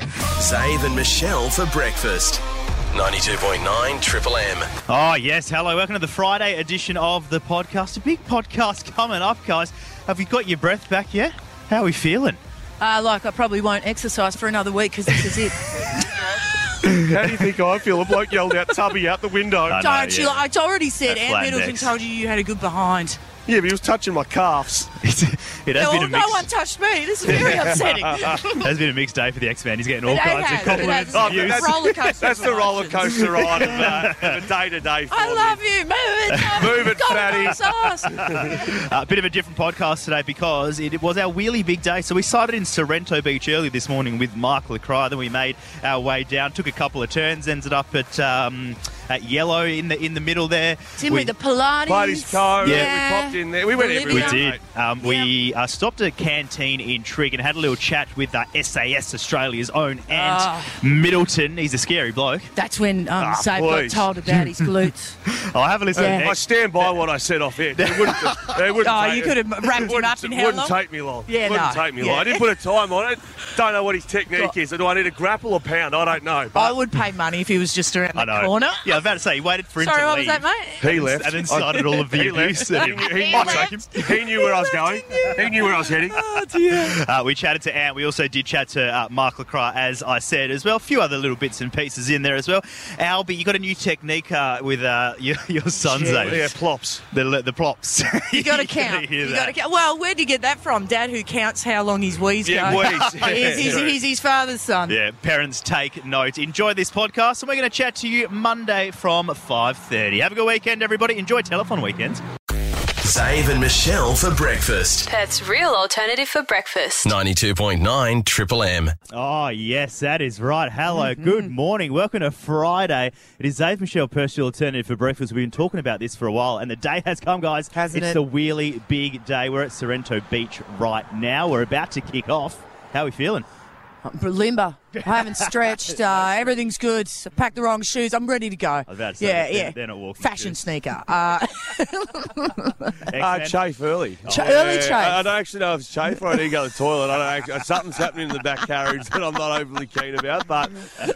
Zave and Michelle for breakfast. 92.9 Triple M. Oh, yes. Hello. Welcome to the Friday edition of the podcast. A big podcast coming up, guys. Have you got your breath back yet? How are we feeling? Uh, like I probably won't exercise for another week because this is it. How do you think I feel? A bloke yelled out tubby out the window. I know, Don't you? yeah. I already said That's Anne flat Middleton necks. told you you had a good behind. Yeah, but he was touching my calves. It's, it has No, been a no mixed, one touched me. This is very upsetting. has been a mixed day for the X Man. He's getting all It kinds has, of it compliments. has. and Oh, views. that's- Roller coaster That's the emotions. roller coaster ride of, uh, of a day to day. I love you. Move Move it, it, Tommy. fatty. Sauce. Uh, a bit of a different podcast today because it was our really big day. So we started in Sorrento Beach early this morning with Mark Lacroix. Then we made our way down, took a couple of turns, ended up at um, at Yellow in the in the middle there. Timmy, We- the Pilates. Pilates car. Yeah. We popped in there. We went Olivia. We everywhere. did. Um, We Yeah. uh, stopped at a canteen in Trig and had a little chat with uh, SAS Australia's own Ant Ah. Middleton. He's a scary bloke. That's when um, Ah, Save got Ah, please. told about his glutes. I'll have a listen Yeah. I next. stand by what I said off air. They wouldn't, they wouldn't Oh, take- you could have wrapped him wouldn't- up in it how wouldn't long? take me long. Yeah, wouldn't no. take me Yeah. long. I didn't put a time on it. Don't know what his technique is. Do I need a grapple or pound? I don't know. I But would pay money if he was just around I the know. corner. Yeah, I was about to say, he waited for him Sorry, to what was leave. that, mate? he left. And then I- started all of the he abuse left. at him. He, he- I'll take him. he knew where I was going. He knew Oh, where I was heading. Uh, we chatted to Ant. We also did chat to uh, Mark Lacroix, as I said, as well. A few other little bits and pieces in there as well. Albie, you got a new technique uh, with uh, your, your son's Yeah. eh? Yeah, plops. The, the plops. You got to count. hear You that. got to count. Well, where'd you get that from? Dad who counts how long his wheeze Yeah, go. wheeze. Yeah, he's, he's, true. he's his father's son. Yeah, parents take note. Enjoy this podcast, and we're going to chat to you Monday from 5.30. Have a good weekend, everybody. Enjoy Telethon weekends. Zave and Michelle for breakfast. Perth's real alternative for breakfast. 92.9 Triple M. Oh, yes, that is right. Hello, Mm-hmm. good morning. Welcome to Friday. It is Dave Michelle Percival Alternative for Breakfast. We've been talking about this for a while, and the day has come, guys. Hasn't it's it? a really big day. We're at Sorrento Beach right now. We're about to kick off. How are we feeling? Limber. I haven't stretched. Uh, everything's good. I packed the wrong shoes. I'm ready to go. I was about to say, yeah, they're- yeah. they're not walking Fashion shoes. sneaker. Uh, Uh, Excellent. chafe early. Cha- early chafe. I, I don't actually know if it's chafe or I need to go to the toilet. I don't actually, uh, something's happening in the back carriage that I'm not overly keen about. But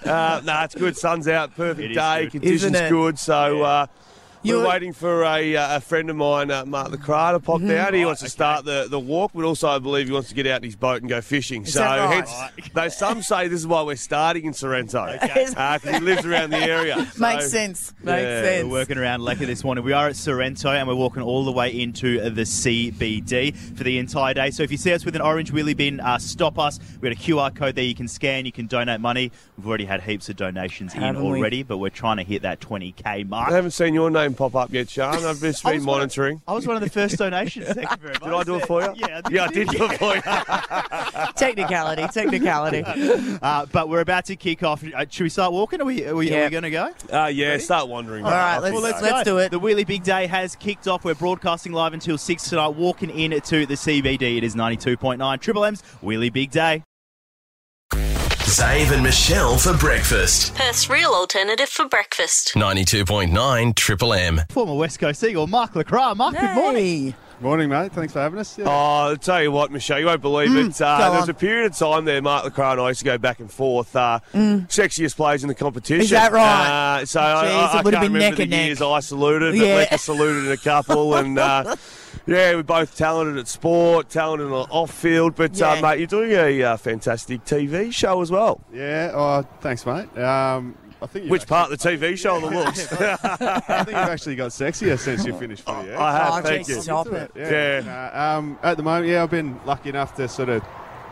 uh, no, it's good. Sun's out, It perfect is day, good. conditions Isn't it? good. So. Uh, You're- Mm-hmm. we're waiting for a, uh, a friend of mine, uh, Mark the Crowd, to pop down. He wants to start the, the walk, but also I believe he wants to get out in his boat and go fishing. so, that right? hence, though some say this is why we're starting in Sorrento, because he lives around the area. Uh, makes So- sense. Makes Yeah, sense. We're working around Lecker this morning. We are at Sorrento and we're walking all the way into the CBD for the entire day. So if you see us with an orange wheelie bin, uh, stop us. We've got a QR code there you can scan, you can donate money. We've already had heaps of donations in Haven't we? already, but we're trying to hit that 20k I mark. haven't seen your name pop up yet, Sean. I've just I been was one of- monitoring. I was one of the first donations. Thank you very much. Did I do it for you? Yeah, Yeah, I did do it for you. Technicality. Technicality. Uh, but we're about to kick off. Uh, should we start walking? Are we, are we, are Yeah. we going to go? Uh, yeah, start wandering. All right, let's- Well, let's, let's go. do it. The Wheelie Big Day has kicked off. We're broadcasting live until 6 tonight, walking in to the CBD. It is 92.9 Triple M's Wheelie Big Day. Zave and Michelle for breakfast. Perth's real alternative for breakfast. 92.9 Triple M. Former West Coast Eagle, Mark LaCroix. Mark, good morning. Hey. Morning, mate. Thanks for having us. Yeah. Oh, I'll tell you what, Michelle, you won't believe it. Uh, Mm, go there was on. a period of time there, Mark Lacroix and I used to go back and forth. Uh, Sexiest players in the competition. Mm. Is that right? Uh, so I, Jeez, I, it I would've can't been remember neck the and neck. years I saluted, but Yeah. Lecker saluted a couple. and uh, yeah, we're both talented at sport, talented on off field. But Yeah. uh, mate, you're doing a uh, fantastic TV show as well. Yeah, Oh, thanks, mate. Um, I think you've Which actually, part of the TV show? The looks. I think you've actually got sexier since you finished for you. I have. Oh, thank geez, you. stop it. Yeah. Nah, um, at the moment, yeah, I've been lucky enough to sort of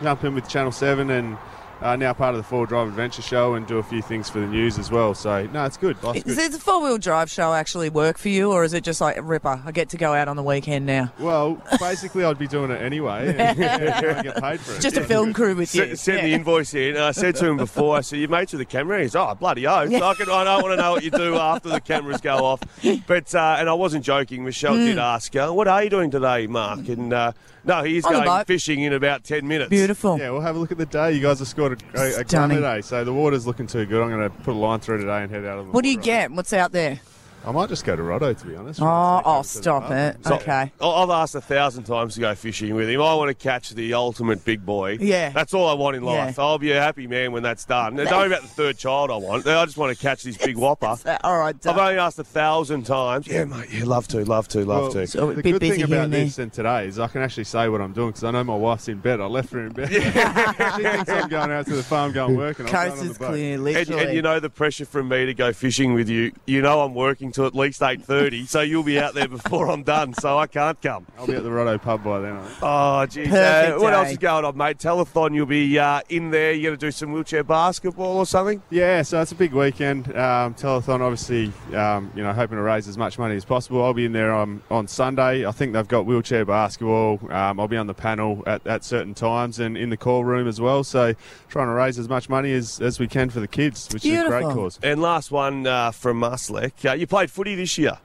jump in with Channel Seven and. Uh, now part of the Four Drive Adventure Show and do a few things for the news as well. So no, it's good. Life's Does good. the four wheel drive show actually work for you, or is it just like Ripper? I get to go out on the weekend now. Well, basically, I'd be doing it anyway. And, try and get paid for it. Just a Yeah. film crew with you. S- sent the Yeah. invoice in, and I said to him before, I said, "You mates with the camera?" He's, "Oh, bloody oath! I, can, I don't want to know what you do after the cameras go off." But uh, and I wasn't joking. Michelle Mm. did ask, her, "What are you doing today, Mark?" And uh, no, he is On the going boat. fishing in about ten minutes. Beautiful. Yeah, we'll have a look at the day. You guys have scored a, a, a gun Stunning. today, so the water's looking too good. I'm going to put a line through today and head out of the What do you water. get? What's out there? I might just go to Roto, to be honest. Oh, oh, stop it. So- Okay. I- I've asked a thousand times to go fishing with him. I want to catch the ultimate big boy. Yeah. That's all I want in Yeah. life. I'll be a happy man when that's done. It's only about the third child I want. I just want to catch this big whopper. Uh, All right, I've done. only asked a thousand times. Yeah, mate. Yeah, love to, love to, love to. So it'd the be good busy thing here about and there. this and today is I can actually say what I'm doing because I know my wife's in bed. I left her in bed. she thinks I'm going out to the farm, going work, and I'm Coast going on the is boat. clear, and, literally. and you know the pressure from me to go fishing with you. You know I'm working till at least eight thirty, so you'll be out there before I'm done. So I can't come. I'll be at the Roto pub by then. I think. Oh, geez. Perfect what else day. is going on, mate? Telethon, you'll be uh, in there. You're going to do some wheelchair basketball or something. Yeah, so it's a big weekend. Um, telethon, obviously, um, you know, hoping to raise as much money as possible. I'll be in there um, on Sunday. I think they've got wheelchair basketball. Um, I'll be on the panel at, at certain times and in the call room as well. So trying to raise as much money as, as we can for the kids, which is a Beautiful. great cause. And last one uh, from Muslek. Uh, you played footy this year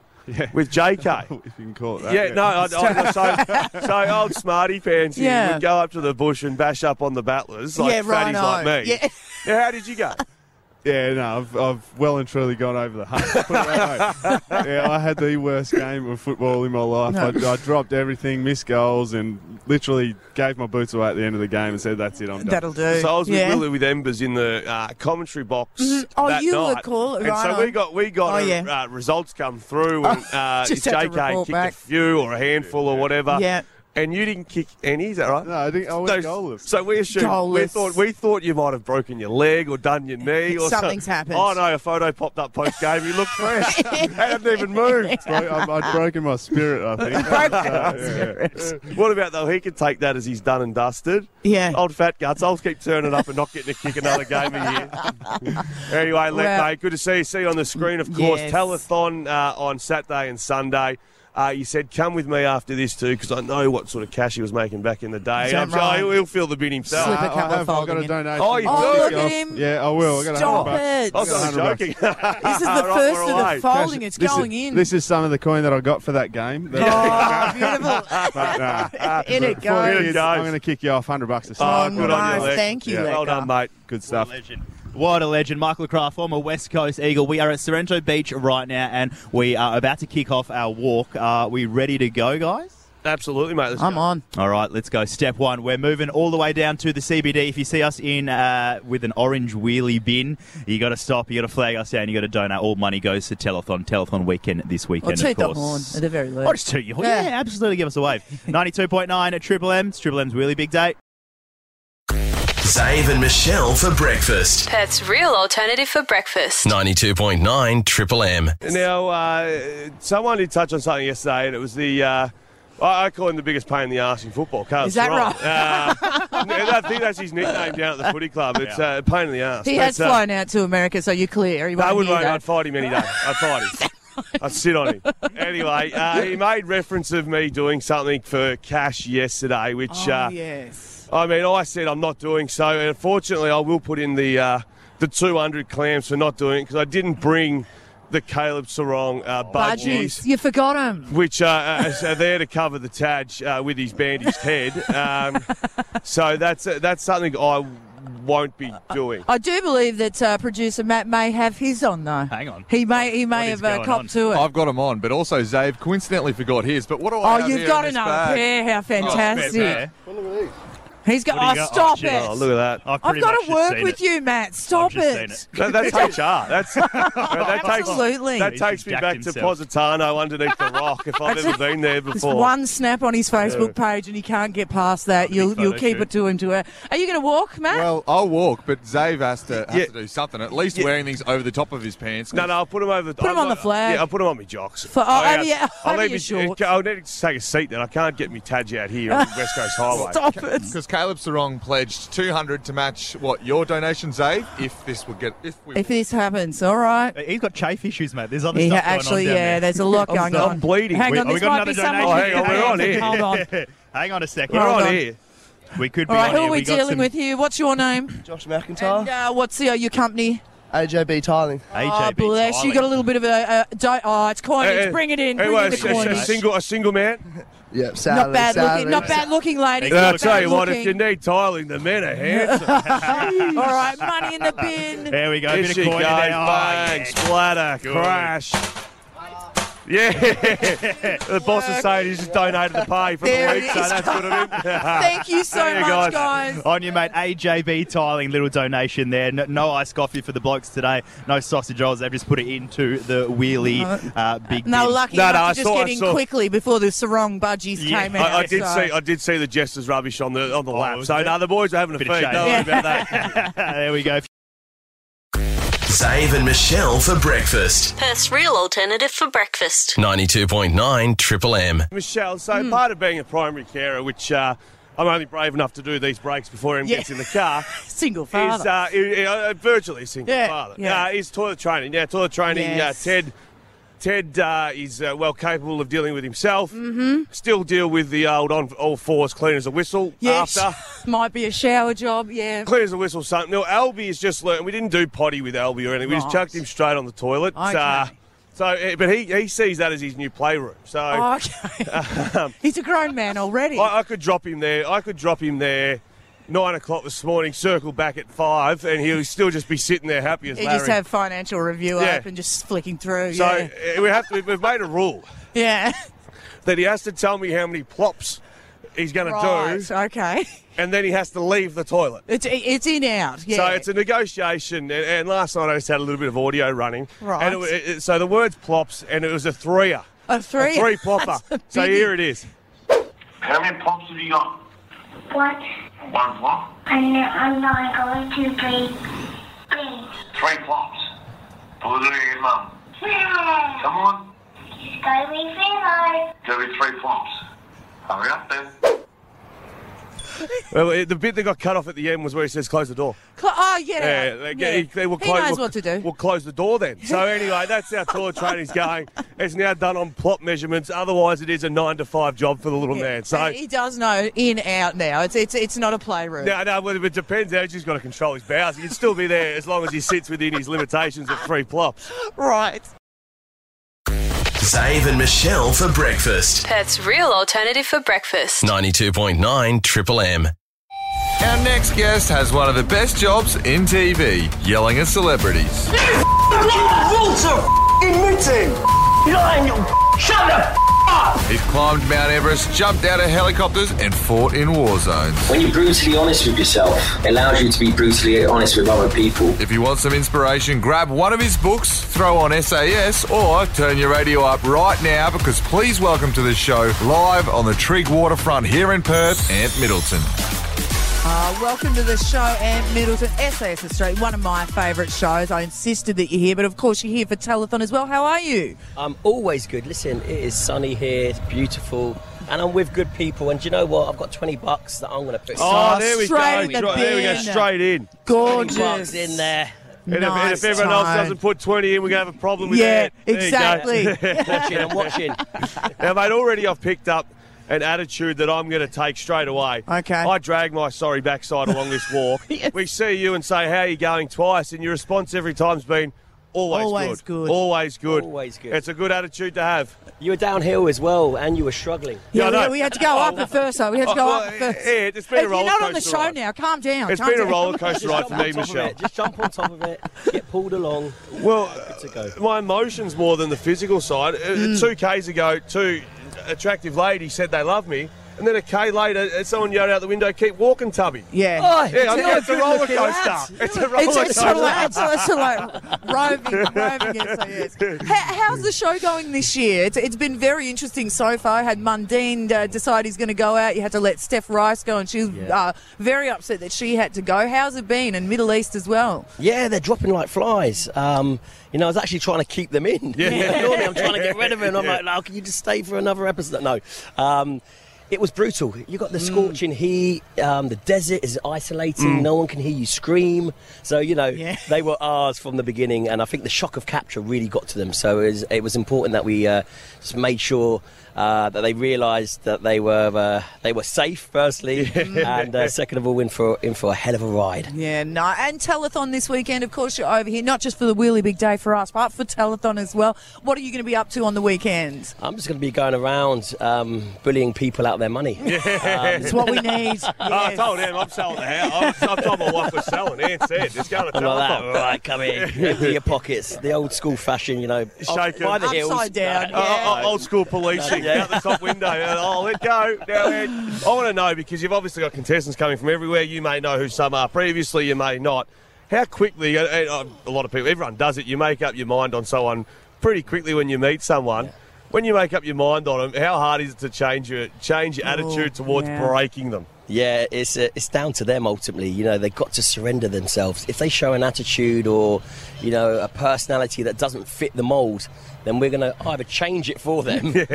with JK. If you can call it that. Yeah, no, I, I, so, so old smarty pants here Yeah. would go up to the bush and bash up on the battlers like Yeah, fatties righto. like me. Yeah. Now, how did you go? Yeah, no, I've, I've well and truly gone over the hump. Put it that way. yeah, I had the worst game of football in my life. I, I dropped everything, missed goals, and literally gave my boots away at the end of the game and said, "That's it, I'm done." That'll do. So I was with yeah. Willie with Embers in the uh, commentary box. Oh, that you were night. cool. And Right so on. we got we got Oh, uh, yeah. uh, results come through, and uh, Just had to JK report kicked back. a few or a handful or whatever. Yeah. And you didn't kick any, is that right? No, I think I went So, goalless. so we assumed we Goalless. thought we thought you might have broken your leg or done your knee or Something's some- happened. Oh no, a photo popped up post game. You looked fresh. hadn't even moved. Bro- I've, I've broken my spirit, I think. Uh, Broken. What about though? He can take that as he's done and dusted. Yeah. Old fat guts. I'll keep turning up and not getting to kick another game a year. anyway, Lep, Well- mate, good to see you. See you on the screen, of course. Yes. Telethon uh, on Saturday and Sunday. Uh, you said, come with me after this too, because I know what sort of cash he was making back in the day. Damn I'm sure right. he'll, he'll feel the bin himself. Slip I, a I couple have, I've got folding a in. donation. Oh, you for do? Oh, look you. at him. Yeah, I will. I got Stop 100 bucks. it. I was got only 100 bucks. joking. This is the first of the folding. It's This is- going in. This is some of the coin that I got for that game. oh, beautiful. But, nah, in uh, it before it Here it is, goes. goes. I'm going to kick you off 100 bucks a Oh, start. good on nice. you, Lex. Thank you, Yeah. Lex. Well done, mate. Good What stuff. a legend. What a legend. Michael Craft, former West Coast Eagle. We are at Sorrento Beach right now and we are about to kick off our walk. Are we ready to go, guys? Absolutely, mate. Let's I'm go. on. All right, let's go. Step one. We're moving all the way down to the CBD. If you see us in uh, with an orange wheelie bin, you got to stop. You got to flag us down. You got to donate. All money goes to Telethon. Telethon weekend this Or weekend, toot of the course. horn at the very Oh, least. just toot your horn. Yeah. Yeah, absolutely. Give us a wave. Ninety-two point nine at Triple M. It's Triple M's wheelie big day. Zave and Michelle for breakfast. Perth's real alternative for breakfast. 92.9 Triple M. Now, uh, someone did touch on something yesterday, and it was the. Uh, I I call him the biggest pain in the arse in football. Carl Is that Sarong. Uh, I think that's his nickname down at the footy club. It's uh, a pain in the arse. He But, has uh, flown out to America, so you're clear. He won't I wouldn't hear worry. that. I'd fight him any day. I'd fight him. I'd sit on him. Anyway, uh, he made reference of me doing something for cash yesterday, which Oh, uh, yes. I mean, I said I'm not doing so, and unfortunately, I will put in the uh, the 200 clams for not doing it because I didn't bring the Caleb Sarong uh, budgies Oh, Budgies. You forgot him. which uh, uh, are there to cover the Taj uh, with his bandaged head. Um, so that's uh, that's something I won't be doing. I do believe that uh, producer Matt may have his on, though. Hang on. He may he What may is have uh, going on? copped to it. I've got him on, but also Zave coincidentally forgot his. But what do I oh, have you've here got in this another bag? pair. How fantastic. He's got. Oh, What do you Oh, got? Oh, stop gee. it. Oh, look at that. I've, I've pretty got much to just work seen with it. you, Matt. Stop just it. seen it. That- that's HR. That's that takes Absolutely. that He's takes me jacked back to himself. Positano underneath the rock. If I've ever been there There's before. one snap on his Facebook page, and he can't get past that. You'll photo you'll keep shoot. it to him. To her. Are you going to walk, Matt? Well, I'll walk, but Zave has to, has Yeah. to do something. At least Yeah. wearing things over the top of his pants. No, no, I'll put them over the. Put 'em on the flag. Yeah, I'll put them on my jocks. For- oh, I- over your- over leave your me- shorts. I'll need to take a seat then. I can't get me Taj out here on the West Coast Highway. Stop it. Because Caleb Sarong pledged 200 to match what your donation, Zave, if this would get if we If this happens, all right. He's got chafe issues, mate. There's other Yeah, stuff going actually, on down yeah. there. There's a lot I'm- going I'm on. bleeding. Hang We- on, oh, we this got might another be someone. donation. Oh, hang on, we're on Hang here. Hold on. Hang on a 2nd We're Hold on on. here. We could be All right, on who here. are we We got dealing some with here? What's your name? Josh McIntyre, And uh, what's the, your company? AJB Tiling. AJB oh, bless you. Thailand. Got a little bit of a. a do- oh, it's coinage. Hey, hey, Bring it in. hey, Bring well, in the a- a, a coinage. single, a single man. Yep, Saturday. Not bad Saturday. looking. Not bad looking, ladies. Yeah, And not I'll tell bad you what, if looking. you need tiling, the men are handsome. All right, money in the bin. There we go. Here bit she of goes, coin in there. Oh, bang, yeah. splatter, Good. crash. Yeah. the boss is saying he's just donated the pay for There the week, it so is. that's good of him. Thank you so There you much, guys. guys. On your mate, AJB tiling, little donation there. No, no iced coffee for the blokes today. No sausage rolls. They've just put it into the wheelie uh, big. No, bin. lucky No, enough no, to I just saw- get I in saw. quickly before the sarong budgies Yeah. came I- out. I, I did so- see I did see the jester's rubbish on the on the lap. was So there? no, the boys are having a Bit feed. of Don't shade. worry Yeah. about that. there we go. Zave and Michelle for breakfast. Perth's real alternative for breakfast. 92.9 Triple M. Michelle, so Mm. part of being a primary carer, which uh, I'm only brave enough to do these breaks before him Yeah. gets in the car, Single is father. uh, i- i- uh, virtually a single Yeah, father. yeah. Uh, is toilet training. Now, toilet training. Yes. Uh, Ted, Ted uh, is uh, well capable of dealing with himself. Mm-hmm. Still deal with the old on all fours, clean as a whistle. yes. After Might be a shower job, yeah. clear as a whistle, something. No, Albie has just learned. We didn't do potty with Albie or anything. We just Right. chucked him straight on the toilet. Okay. so, eh, but he, he sees that as his new playroom. So um, Oh, okay. He's a grown man already. I, I could drop him there. I could drop him there. Nine o'clock this morning. Circle back at five, and he'll still just be sitting there happy as He Larry. just have financial review Yeah. up and just flicking through. so yeah. eh, we have to. We've made a rule yeah. that he has to tell me how many plops he's going Right. to do, Okay. and then he has to leave the toilet. It's it's in out. Yeah. So it's a negotiation, and, and last night I just had a little bit of audio running. Right. And it, wa- it, it- so the words plops, and it was a threer. A three. A three plopper. That's a so biggie. here it is. How many pops have you got? What? One plop? And I'm not going to be big. Three plops. Pull it in, mum. Yeah. Come on. It's going to be zero. There'll be three plops. Hurry up then. Well, it- the bit that got cut off at the end was where he says, close the door. Cl- oh, yeah. Yeah, they, He, they will He close, knows will what to do. We'll close the door then. So anyway, that's how toilet training's going. It's now done on plop measurements. Otherwise, it is a nine to five job for the little Yeah. man. So he does know in out now. It's it's it's not a playroom. no, no, well, it depends. How he's got to control his bowels. He can still be there as long as he sits within his limitations of three plops. Right. Zave and Michelle for breakfast. Perth's real alternative for breakfast. 92.9 Triple M. Our next guest has one of the best jobs in TV, yelling at celebrities. He's climbed Mount Everest, jumped out of helicopters, and fought in war zones. When you're brutally honest with yourself, it allows you to be brutally honest with other people. If you want some inspiration, grab one of his books, throw on SAS, or turn your radio up right now because please welcome to the show live on the Trig waterfront here in Perth, Ant Middleton. Uh, welcome to the show, Ant Middleton, SAS Australia, one of my favourite shows. I insisted that you're here, but of course you're here for telethon as well. How are you? I'm always good. Listen, it is sunny here, it's beautiful, and I'm with good people. And do you know what? I've got 20 bucks that I'm going to put Oh, Oh, there we straight go. in the Dri- there we go. bin. Straight in. Gorgeous. bucks in there. And, if- and Nice if, everyone else time. doesn't put 20 in, we're going to have a problem with Yeah, that. There you go. exactly. Watching, I'm watching. Now, mate, already I've picked up an attitude that I'm going to take straight away. Okay. I drag my sorry backside along this walk. We see you and say, How are you going twice? And your response every time's been, Always, Always good. Always good. Always good. It's a good attitude to have. You were downhill as well, and you were struggling. Yeah, I Yeah, know. we, we had to go up at first, though. We had to go Oh, up at first. yeah, it's been a If You're not on the rollercoaster show ride. now. Calm down. It's calm been a down. roller coaster Just ride for jump on me, top of Michelle. it. Just jump on top of it, get pulled along. Well, to go. my emotions more than the physical side. Uh, Two Ks ago, two attractive ladies said they love me. And then a K later, uh, someone yelled out the window, keep walking, Tubby. Yeah. Yeah, I you're know, Oh, it's a good roller looking lad. coaster. It's a roller It's, coaster. it's sort of like, it's, sort of- sort of like roving, roving SAS. How, how's the show going this year? It's, it's been very interesting so far. Had Mundine uh, decide he's going to go out. You had to let Steph Rice go, and she was uh, very upset that she had to go. How's it been? And Middle East as well. Yeah, they're dropping like flies. Um, you know, I was actually trying to keep them in. Yeah. Normally I'm trying to get rid of them. I'm like, no, can you just stay for another episode? No. Um, it was brutal. You got the scorching heat. Um, the desert is isolating. No one can hear you scream. So you know Yeah. they were ours from the beginning, and I think the shock of capture really got to them. So it was, it was important that we uh, just made sure uh, that they realised that they were uh, they were safe. Firstly, and uh, second of all, in for in for a hell of a ride. Yeah, no. And telethon this weekend. Of course, you're over here, not just for the wheelie big day for us, but for telethon as well. What are you going to be up to on the weekend? I'm just going to be going around um, bullying people out their money. Um, It's what we need. Oh, I told him I'm selling the house. I told my wife we're selling it. It's it. It's going to Like that, right? Come in, empty your pockets. The old school fashion, you know, Shake by the heels. No, Oh, no. oh, old school policing. No, yeah. Out the top window. and, Oh, let go. Now, Ed, I want to know because you've obviously got contestants coming from everywhere. You may know who some are previously, you may not. How quickly, and- and, uh, a lot of people, everyone does it, you make up your mind on someone pretty quickly when you meet someone. When you make up your mind on them, how hard is it to change your change your attitude towards breaking them? Yeah, it's uh, it's down to them ultimately. You know, they've got to surrender themselves. If they show an attitude or, you know, a personality that doesn't fit the mould, then we're going to either change it for them, or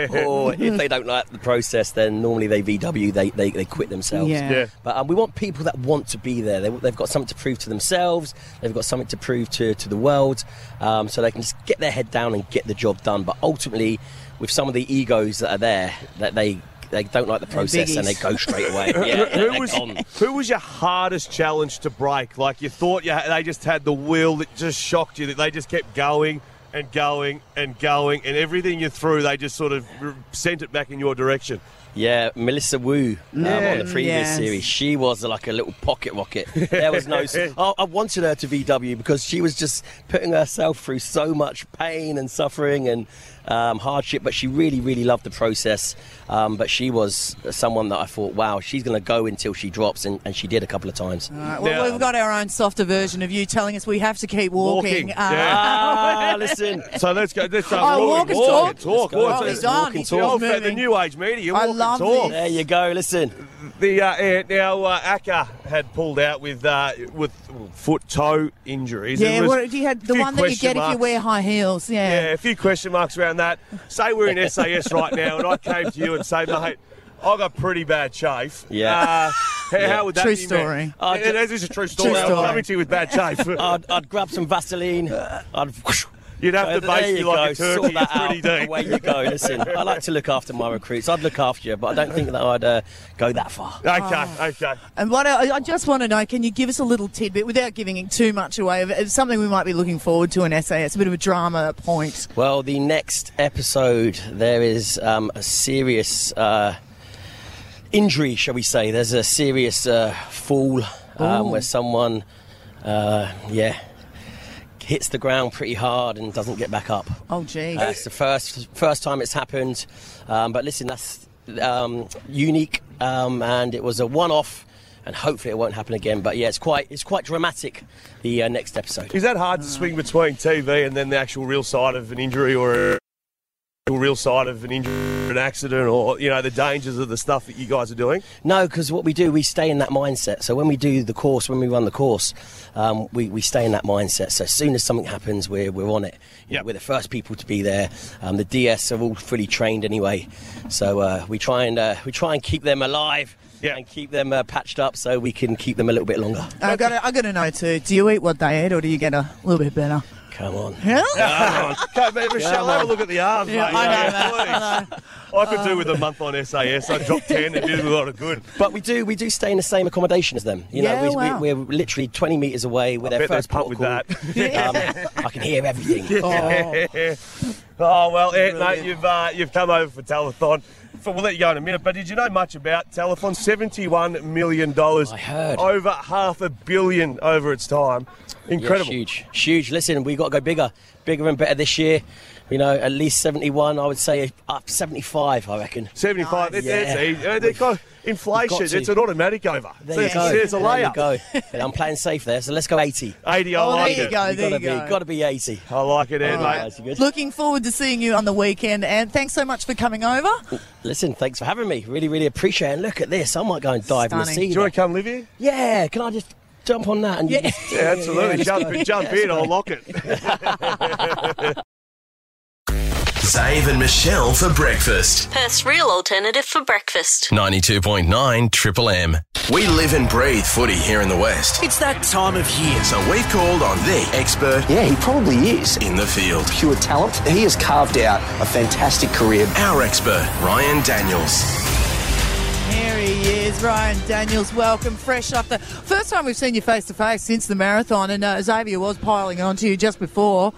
Oh, if they don't like the process, then normally they VW, they they, they quit themselves. Yeah. Yeah. But um, we want people that want to be there. They, they've got something to prove to themselves. They've got something to prove to to the world, um, so they can just get their head down and get the job done. But ultimately, with some of the egos that are there, that they. They don't like the They're process and they biggies. go straight away. Who- Yeah, who, they're was, gone. who was your hardest challenge to break? Like you thought you they just had the will that just shocked you, that they just kept going and going and going, and everything you threw, they just sort of r- sent it back in your direction. Yeah, Melissa Wu um, Yeah. on the previous Yes. series. She was like a little pocket rocket. There was no. I, I wanted her to VW because she was just putting herself through so much pain and suffering and um, hardship, but she really, really loved the process. Um, but she was someone that I thought, wow, she's going to go until she drops, and, and she did a couple of times. Right, well, we've got our own softer version of you telling us we have to keep walking. Walking, Uh, yeah. Ah, listen. So let's go. Let's go. Oh, walk and talk. and talk. Let's go. Walk Oh, and he's on. Walk and He's talk. still The new age media. Walk and talk. There you go. Listen. The uh, eh, now uh, Akka had pulled out with uh, with foot toe injuries. It yeah, was what if you had a the few one that you question get if you marks. wear high heels. Yeah. Yeah. a few question marks around that. Say we're in SAS right now, and I came to you and say, mate, I got pretty bad chafe. Yeah. Uh, how, Yeah. how would that True be met? story. Uh, I yeah, d- this is a true story. True I'm story. coming to you with bad chafe. I'd, I'd grab some Vaseline. Uh, I'd. You'd have to There baste me you like a go, sort turkey. that It's pretty out. deep. Away you go. Listen, I like to look after my recruits. I'd look after you, but I don't think that I'd uh, go that far. Okay, okay. And what I, I just want to know, can you give us a little tidbit without giving it too much away of of something we might be looking forward to in SAS, a bit of a drama point. Well, the next episode, there is um, a serious uh, injury, shall we say. There's a serious uh, fall um, Ooh. where someone, uh, yeah, hits the ground pretty hard and doesn't get back up. Oh, geez. Uh, it's the first first time it's happened, um, but listen, that's um, unique, um, and it was a one-off, and hopefully it won't happen again. But yeah, it's quite it's quite dramatic. The uh, next episode. Is that hard to swing between TV and then the actual real side of an injury or a actual real side of an injury or an accident or, you know, the dangers of the stuff that you guys are doing? No, because what we do, we stay in that mindset. So when we do the course, when we run the course, um, we, we stay in that mindset. So as soon as something happens, we're, we're on it. You know, We're the first people to be there. Um, the DS are all fully trained anyway, so uh, we try and uh, we try and keep them alive and keep them uh, patched up so we can keep them a little bit longer. I got I got to know too. Do you eat what they eat, or do you get a little bit better? Come on. Yeah? Uh, Come on. Come, mate, Michelle, Come on. have a look at the arms, Yeah, mate. I know, Please. I could do with a month on SAS. I dropped 10 and did a lot of good. But we do we do stay in the same accommodation as them. You know, Yeah, we, we- wow. we're literally 20 metres away. We're their bet they're first port pumped with that. um, I can hear everything. Yeah. Oh, well, Ed, mate, you've, uh, you've come over for telethon. For, we'll let you go in a minute, but did you know much about telethon? $71 million. I heard. Over half a billion over its time. Incredible. Yeah, huge, huge. Listen, we got to go bigger, bigger and better this year. You know, at least 71. I would say up 75. I reckon. 75. It's, Yeah. it's, easy. Uh, They've got inflation. We've got to. It's an automatic over. There you it's, go. it's a There you layup. go. And I'm playing safe there, so let's go 80. 80, I Oh, there like you it. go, You've there gotta you be- go. Gotta be 80. I like it, Ed, All mate. right, you good? Looking forward to seeing you on the weekend, and thanks so much for coming over. Listen, thanks for having me. Really, really appreciate it. And look at this. I might go and dive in the Stunning. sea. Do you wanna come live here? Yeah. Can I just jump on that? And yeah. Yeah, absolutely. Jump, in- jump in, I'll lock it. Zave and Michelle for breakfast. Perth's real alternative for breakfast. 92.9 Triple M. We live and breathe footy here in the West. It's that time of year. So we've called on the expert. Yeah, he probably is. In the field. Pure talent. He has carved out a fantastic career. Our expert, Ryan Daniels. Here he is, Ryan Daniels. Welcome, fresh off the first time we've seen you face to face since the marathon, and uh, Xavier was piling on to you just before.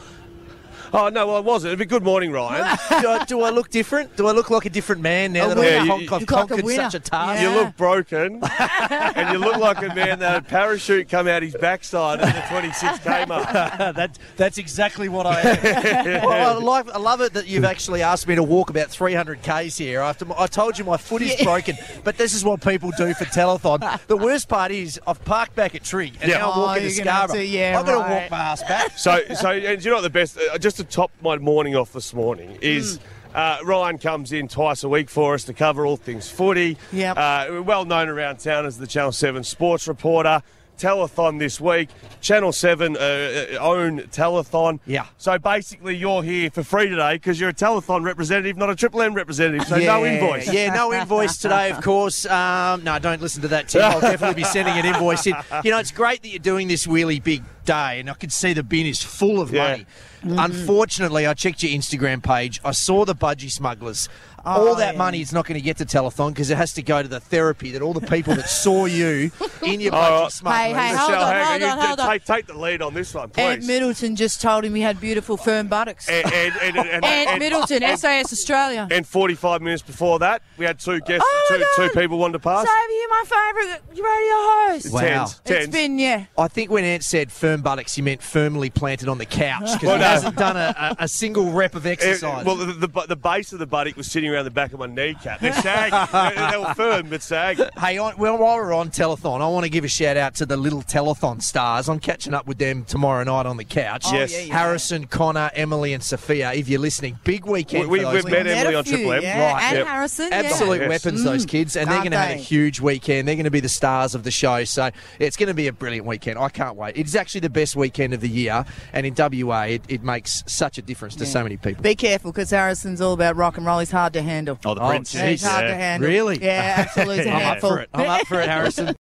Oh no, well I wasn't. It'd be good morning, Ryan. do, I, do I look different? Do I look like a different man now A that winner. I've con- You- Look I've like a conquered winner. such a task? You look broken, and you look like a man that had a parachute come out his backside at the 26k mark. that, that's exactly what I am. well, I, like, I love it that you've actually asked me to walk about 300 k's here. After my, I told you my foot is broken, but this is what people do for telethon. The worst part is I've parked back at Tree and Yeah. now I'm Oh, walking to you're gonna have Scarborough. to- yeah, I'm going to right. walk my ass back. So, so, and do you know what the best? Uh, just to top my morning off this morning Mm. is. Uh, Ryan comes in twice a week for us to cover all things footy. Yep. Uh, well known around town as the Channel 7 sports reporter. Telethon this week. Channel 7 uh, uh, own telethon. Yeah. So basically, you're here for free today because you're a telethon representative, not a Triple M representative. So no invoice. Yeah, no invoice today, of course. Um, no, don't listen to that, Tim. I'll definitely be sending an invoice in. You know, it's great that you're doing this really big day, and I can see the bin is full of money. Unfortunately, I checked your Instagram page. I saw the budgie smugglers. Oh, all that money is not going to get to telethon because it has to go to the therapy that all the people that saw you in your budgie All right. smugglers. Hey, hey, hold on, hold you on, t- hold on. Take, take the lead on this one, Ed please. Middleton just told him he had beautiful firm buttocks. And, and, and, and- Ed and- Middleton, SAS Australia. And 45 minutes before that, we had two guests, Oh two two people wanted to pass. Save you, my favourite radio host. Wow. Tens, It's tens. been, yeah. I think when Ant said firm buttocks, he meant firmly planted on the couch because Well, he Oh, no. hasn't done a, a, a single rep of exercise. Uh, well, the, the, bu- the base of the buttock was sitting around the back of my kneecap. They're sagging. they, they were firm, but sagging. Hey, on, well, while we're on telethon, I want to give a shout out to the little telethon stars. I'm catching up with them tomorrow night on the couch. Oh, Yes. yeah, yeah. Harrison, Connor, Emily, and Sophia. If you're listening, big weekend. We- for we- those we've met kids. Emily Met a on few, Triple M. yeah, Right. and Harrison, yeah. Absolute Yes. weapons, those Mm. kids, and they're Aren't going to have a they? huge weekend. They're going to be the stars of the show. So it's going to be a brilliant weekend. I can't wait. It's actually the best weekend of the year, and in WA, it, it makes such a difference to Yeah. so many people. Be careful because Harrison's all about rock and roll. He's hard to handle. Oh, the Prince. Yeah, He's Jeez. hard Yeah. to handle. Really? Yeah, absolutely. I'm up for it. I'm up for it, Harrison.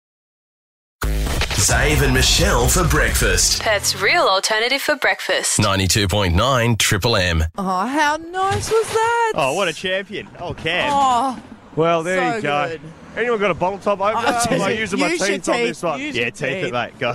Zave and Michelle for breakfast. Perth's real alternative for breakfast. 92.9 Triple M. Oh, how nice was that? Oh, what a champion. Oh, Cam. Oh, Well, there So you go. good. Oh, Anyone got a bottle top opener? Am I using my use your teeth on this teeth. one? Use Yeah, teeth it, mate. Go.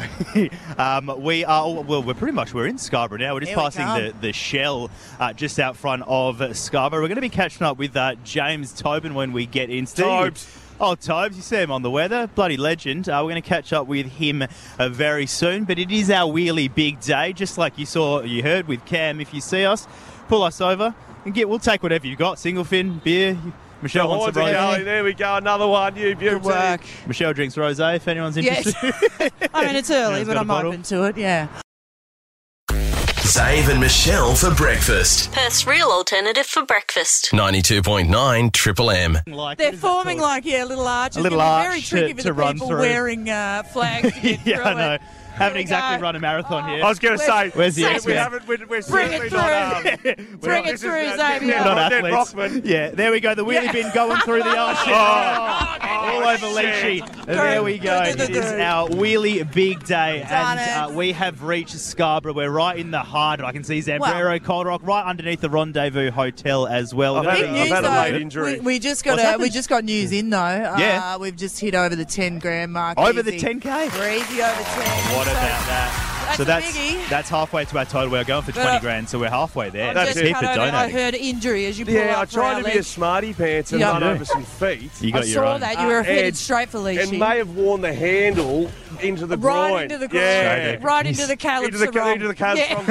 um, we are well. We're pretty much we're in Scarborough now. We're just Here we passing come. the the shell uh, just out front of Scarborough. We're going to be catching up with uh, James Tobin when we get in. Steve. Tobes. Oh, Tobes, you see him on the weather. Bloody legend. Uh, we're going to catch up with him uh, very soon. But it is our really big day, just like you saw, you heard with Cam. If you see us, pull us over and get. We'll take whatever you got. Single fin, beer. Michelle Horns wants a are rose. going. There we go. Another one. You beauty. work. Michelle drinks rosé. If anyone's Yes. interested. I mean, it's Yeah, early, it's but got a I'm bottle. open to it. Yeah. Zave and Michelle for breakfast. Perth's real alternative for breakfast. 92.9 Triple M. Like, They're forming like yeah, little arches. A little It'll be very arch tricky to- for to the run people through. wearing uh, flags. To get yeah, through I know. It. Haven't we exactly go. run a marathon Oh. here. I was going to say. Where's the we- expert? We haven't. We're, we're Bring certainly it not, um, through. Bring it this is through, not- Xavier. yeah, We're not not Ned athletes. Brockman. Yeah, there we go. The wheelie bin going through the arches. Oh. All over shit. Leachy. There we go. It is our wheelie big day. Done And uh, we have reached Scarborough. We're right in the heart. I can see Zambrero, Cold Rock, right underneath the Rendezvous Hotel as well. I've had Gonna- a- I've had a though. late injury. We, we just got What's a, happened? we just got news in though. Uh, Yeah. we've just hit over the ten grand mark. Over the easy. 10K? Breezy over ten. What So- about that? That's so a that's biggie. that's halfway to our total. We're going for But, uh, twenty grand, so we're halfway there. That's just it. cut Keep it over, I donating. heard injury as you pull Yeah, up I for tried our to be leg. a smarty pants and Yeah. run over some feet. You got I your saw own. that you were Uh, headed and- straight for Leachy. And may have worn the handle into the Right groin. into the groin. Yeah. Showed it. Right into the Caleb Into the, Sarong. into the Caleb Yeah. Sarong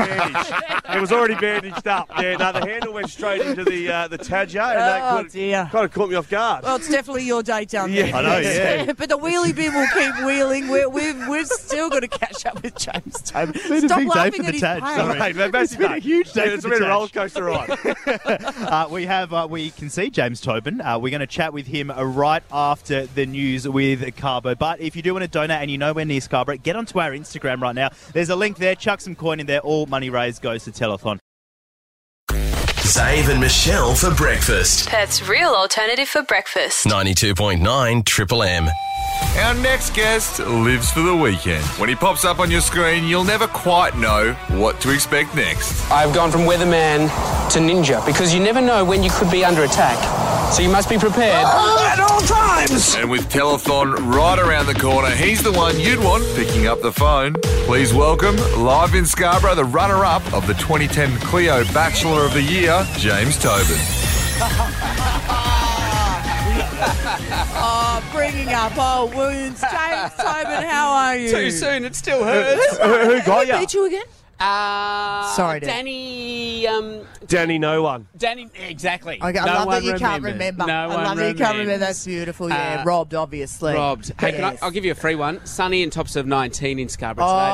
bandage. it was already bandaged up. Yeah, no, the handle went straight into the uh, the tadger, and that Oh, could, kind of caught me off guard. Well, it's definitely your day down there. Yeah. I know, yeah. but the wheelie bin will keep wheeling. We're, we've, we've still got to catch up with James Tobin. been a Stop big day laughing at for the his Taj, pain. sorry. Mate, that- that's It's been a huge day Yeah, It's for the been a Taj. roller coaster ride. uh, we have uh, we can see James Tobin. Uh, we're going to chat with him uh, right after the news with Carbo. But if you do want to donate and you know we're near Scarborough, get onto our Instagram right now. There's a link there. Chuck some coin in there. All money raised goes to Telethon. Zave and Michelle for breakfast. Perth's real alternative for breakfast. 92.9 Triple M. Our next guest lives for the weekend. When he pops up on your screen, you'll never quite know what to expect next. I've gone from weatherman to ninja because you never know when you could be under attack. So you must be prepared at all times. times. And with telethon right around the corner, he's the one you'd want picking up the phone. Please welcome, live in Scarborough, the runner up of the 2010 Clio Bachelor of the Year, James Tobin. Oh, bringing up old wounds. James Tobin, how are you? Too Uh, soon. It still hurts. Who beat you again? Uh, Sorry, Dan. Danny. Um, Danny, no one. Danny. Exactly. Okay, I No love that one you can't remembers. remember. No I one love that you can't remember. remembers. That's beautiful. Yeah, Uh, robbed, obviously. Robbed. Hey, can I, Yes. I'll give you a free one. Sunny and tops of 19 in Scarborough today. There you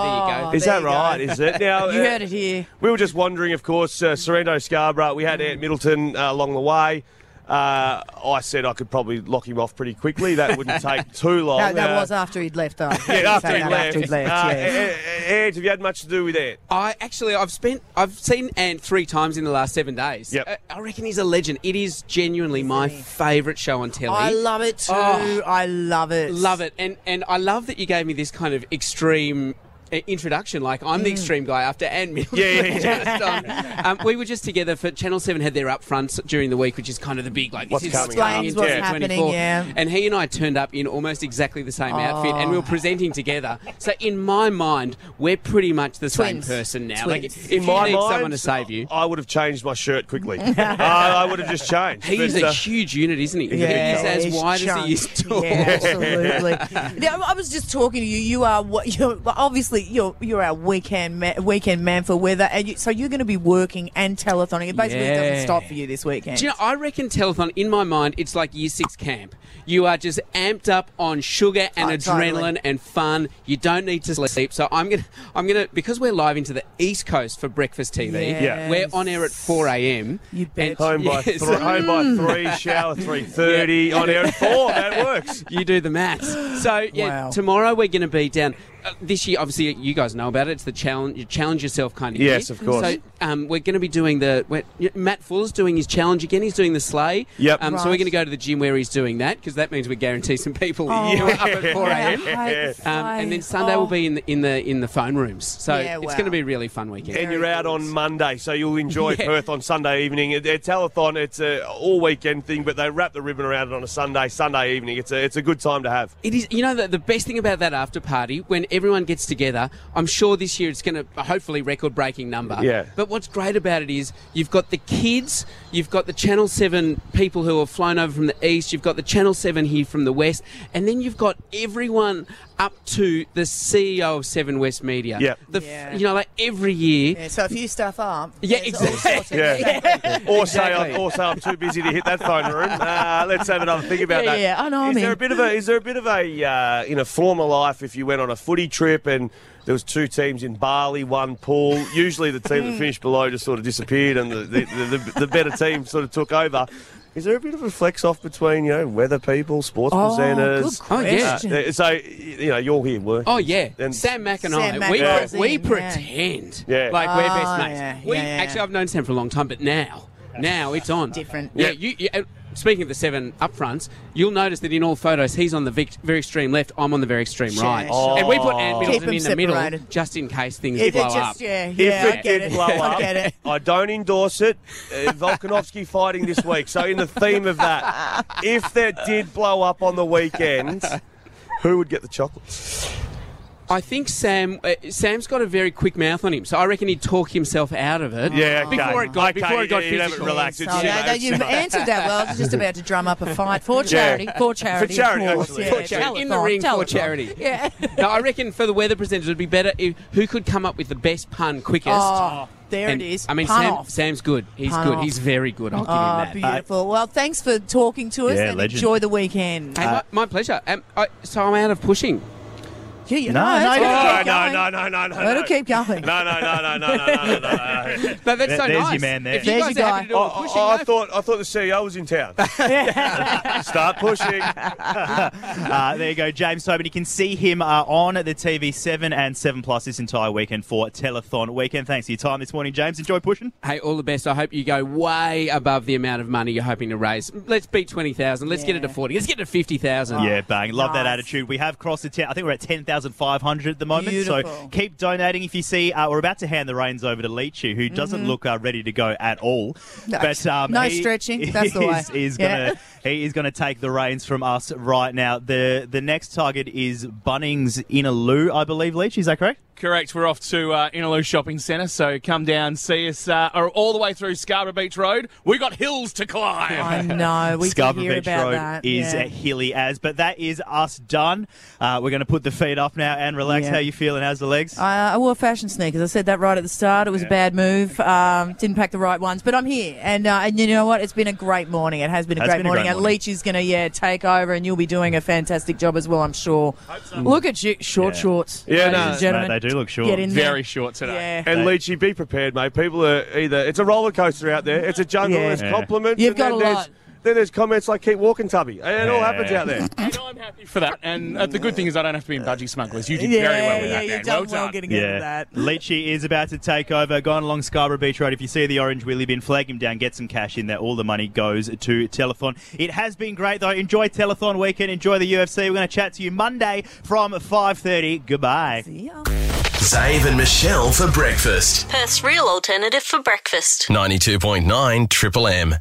Oh, go. Is that right? Is it now? You uh, heard it here. We were just wondering, of course, uh, Sorrento Scarborough. We had Ant Middleton uh, along the way. Uh, I said I could probably lock him off pretty quickly. That wouldn't take too long. No, that Uh, was after he'd left, though. Yeah, after Say he that left. After he'd left, Uh, yeah. A- A- Ant, have you had much to do with Ant? I actually, I've spent, I've seen Ant three times in the last seven days. Uh, Yep. I, I reckon he's a legend. It is genuinely my favourite show on telly. I love it too. Oh. I love it. Love it. And and I love that you gave me this kind of extreme uh, introduction. Like I'm the extreme guy after Anne Middleton. Mm. Yeah, yeah, yeah. Just, um, um, we were just together for Channel Seven had their upfronts during the week, which is kind of the big like What's this is coming starting up? in Explains what's happening, 2024. yeah. And he and I turned up in almost exactly the same Oh. outfit, and we were presenting together. So in my mind, we're pretty much the Twins. same person now. Like Twins. if In you my need mind, someone to save you. I would have changed my shirt quickly. uh, I would have just changed. He's But, a uh, huge unit, isn't he? Yeah, he's as he's wide as chunked. he is tall. Yeah, absolutely. Now, I was just talking to you. You are what you obviously you're you're our weekend ma- weekend man for weather, and you, so you're going to be working and telethoning. It basically doesn't Yeah. stop for you this weekend. Do you know, I reckon telethon, in my mind, it's like year six camp. You are just amped up on sugar and Oh, totally. adrenaline and fun. You don't need to sleep. So I'm going to, I'm going to, because we're live into the East Coast for breakfast TV, Yes. Yeah. we're on air at 4 a.m. You bet. Home by, three, home by Mm. three, shower three thirty, on air at four. That works. You do the maths. So yeah, tomorrow we're going to be down. Uh, this year, obviously, you guys know about it. It's the challenge, you challenge yourself kind of. Yes, year. of course. So um, we're going to be doing the we're- y- Matt Fuller's doing his challenge again. He's doing the sleigh. Yep. Um, So Right. we're going to go to the gym where he's doing that because that means we guarantee some people Oh, who are up at four a.m. yeah, I hate the Um, and sleigh. then Sunday Oh. will be in the in the in the phone rooms. So Yeah, it's wow. going to be a really fun weekend. and you're out on Monday, so you'll enjoy Perth on Sunday evening. It- It's telethon. It's a all weekend thing, but they wrap the ribbon around it on a Sunday, Sunday evening. It's a it's a good time to have. It is, you know, the, the best thing about that after party when everyone gets together. I'm sure this year it's going to hopefully record breaking number. Yeah. But what's great about it is you've got the kids, you've got the Channel Seven people who have flown over from the east, you've got the Channel Seven here from the west, and then you've got everyone up to the CEO of Seven West Media. Yeah. The, f- You know, like every year. Yeah, so if you stuff up, Yeah, there's all sorts of- Yeah. or say Exactly. I'm, or say I'm too busy to hit that phone room. Uh, let's have another think about Yeah, that. yeah, I know, I Is there mean. a bit of a is there a bit of a uh, in a former life if you went on a footy trip and there was two teams in Bali, one pool. Usually the team that finished below just sort of disappeared and the the, the, the, the better team sort of took over. Is there a bit of a flex off between you know weather people, sports Oh, presenters? good Oh, yeah. question. Uh, so you know you're here working. Oh yeah, Sam Mack and Sam I. We, Mack pre- was in, we yeah. pretend Yeah. like we're Oh, best mates. yeah, we yeah, yeah. actually I've known Sam for a long time, but now now it's on different. Yeah, Yeah. you. you uh, Speaking of the seven up fronts, you'll notice that in all photos, he's on the vic- very extreme left, I'm on the very extreme Sure, right. sure. And we put Oh. Ant Keep Middleton them in the middle separated. just in case things If it blow just- up. yeah, if it did blow up, I don't endorse it. Uh, Volkanovski fighting this week. So, in the theme of that, if that did blow up on the weekend, who would get the chocolates? I think Sam uh, Sam's got a very quick mouth on him, so I reckon he'd talk himself out of it. Yeah, okay. before it got Okay, before it got you haven't physical. relaxed. It's Oh, you, no, mate. no, you've answered that well. I was just about to drum up a fight for charity. Yeah. For charity. For charity, of course, actually. yeah. For charity. In the Telethon, ring for telethon. charity. Yeah. no, I reckon for the weather presenters, it'd be better if who could come up with the best pun quickest. Oh, there And, it is. I mean, Pun Sam, off. Sam's good. He's Pun good. off. He's very good. I'll Oh, give him that. beautiful. well, thanks for talking to us Yeah, and legend. enjoy the weekend. Hey, my, my pleasure. Um, I, so I'm out of pushing. yeah, you No, know, no, it's gonna no, keep no, going. no, no, no, no, It'll no. keep going. No, no, no, no, no, no, no, no, no. No, that's so there's nice. Your man there. If you There's guys your are happy guy. to do all the I- I- pushing, I, no- thought I thought the CEO was in town. Start pushing. uh, there you go, James Tobin. You can see him uh, on the TV7 and 7 Plus this entire weekend for Telethon Weekend. Thanks for your time this morning, James. Enjoy pushing. Hey, all the best. I hope you go way above the amount of money you're hoping to raise. Let's beat 20,000. Let's get it to 40. Let's get it to 50,000. Yeah, bang. Love that attitude. We have crossed the 10. I think we're at 10,000. 1,500 at the moment. So Beautiful. keep donating if you see. Uh, we're about to hand the reins over to Leachy, who doesn't Mhm. look uh, ready to go at all. um, No. No stretching. That's the way. is- Is Yeah. gonna, he is going to take the reins from us right now. The the next target is Bunnings Inaloo, I believe, Leach. Is that correct? Correct. We're off to uh, Inaloo Shopping Centre, so come down, see us uh, are all the way through Scarborough Beach Road. We got hills to climb. I know. We Scarborough can hear Beach about Road that. is yeah. uh, hilly as, but that is us done. Uh, we're going to put the feet up now and relax. Yeah. How you feeling? How's the legs? I, I wore fashion sneakers. I said that right at the start. It was a bad move. Um, didn't pack the right ones, but I'm here, and uh, and you know what? It's been a great morning. It has been a, Has great, been a morning. great And morning. Leach is going to yeah take over, and you'll be doing a fantastic job as well. I'm sure. Look at you, short Yeah. shorts, Yeah, ladies no, and gentlemen. Get in there. Very short today. Yeah. And They- Leachy, be prepared, mate. People are either it's a roller coaster out there. It's a jungle. Yeah. There's Yeah. compliments. You've and got then a there's- lot. Then there's comments like "keep walking, Tubby." And It all happens out there. And I'm happy for that. And uh, the good thing is I don't have to be in budgie smugglers. You did very well with that, man. well done. Leachy is about to take over. Going along Scarborough Beach Road. If you see the orange wheelie bin, flag him down, get some cash in there. All the money goes to Telethon. It has been great though. Enjoy Telethon weekend. Enjoy the UFC. We're going to chat to you Monday from 5:30. Goodbye. Zave and Michelle for breakfast. Perth's real alternative for breakfast. 92.9 Triple M.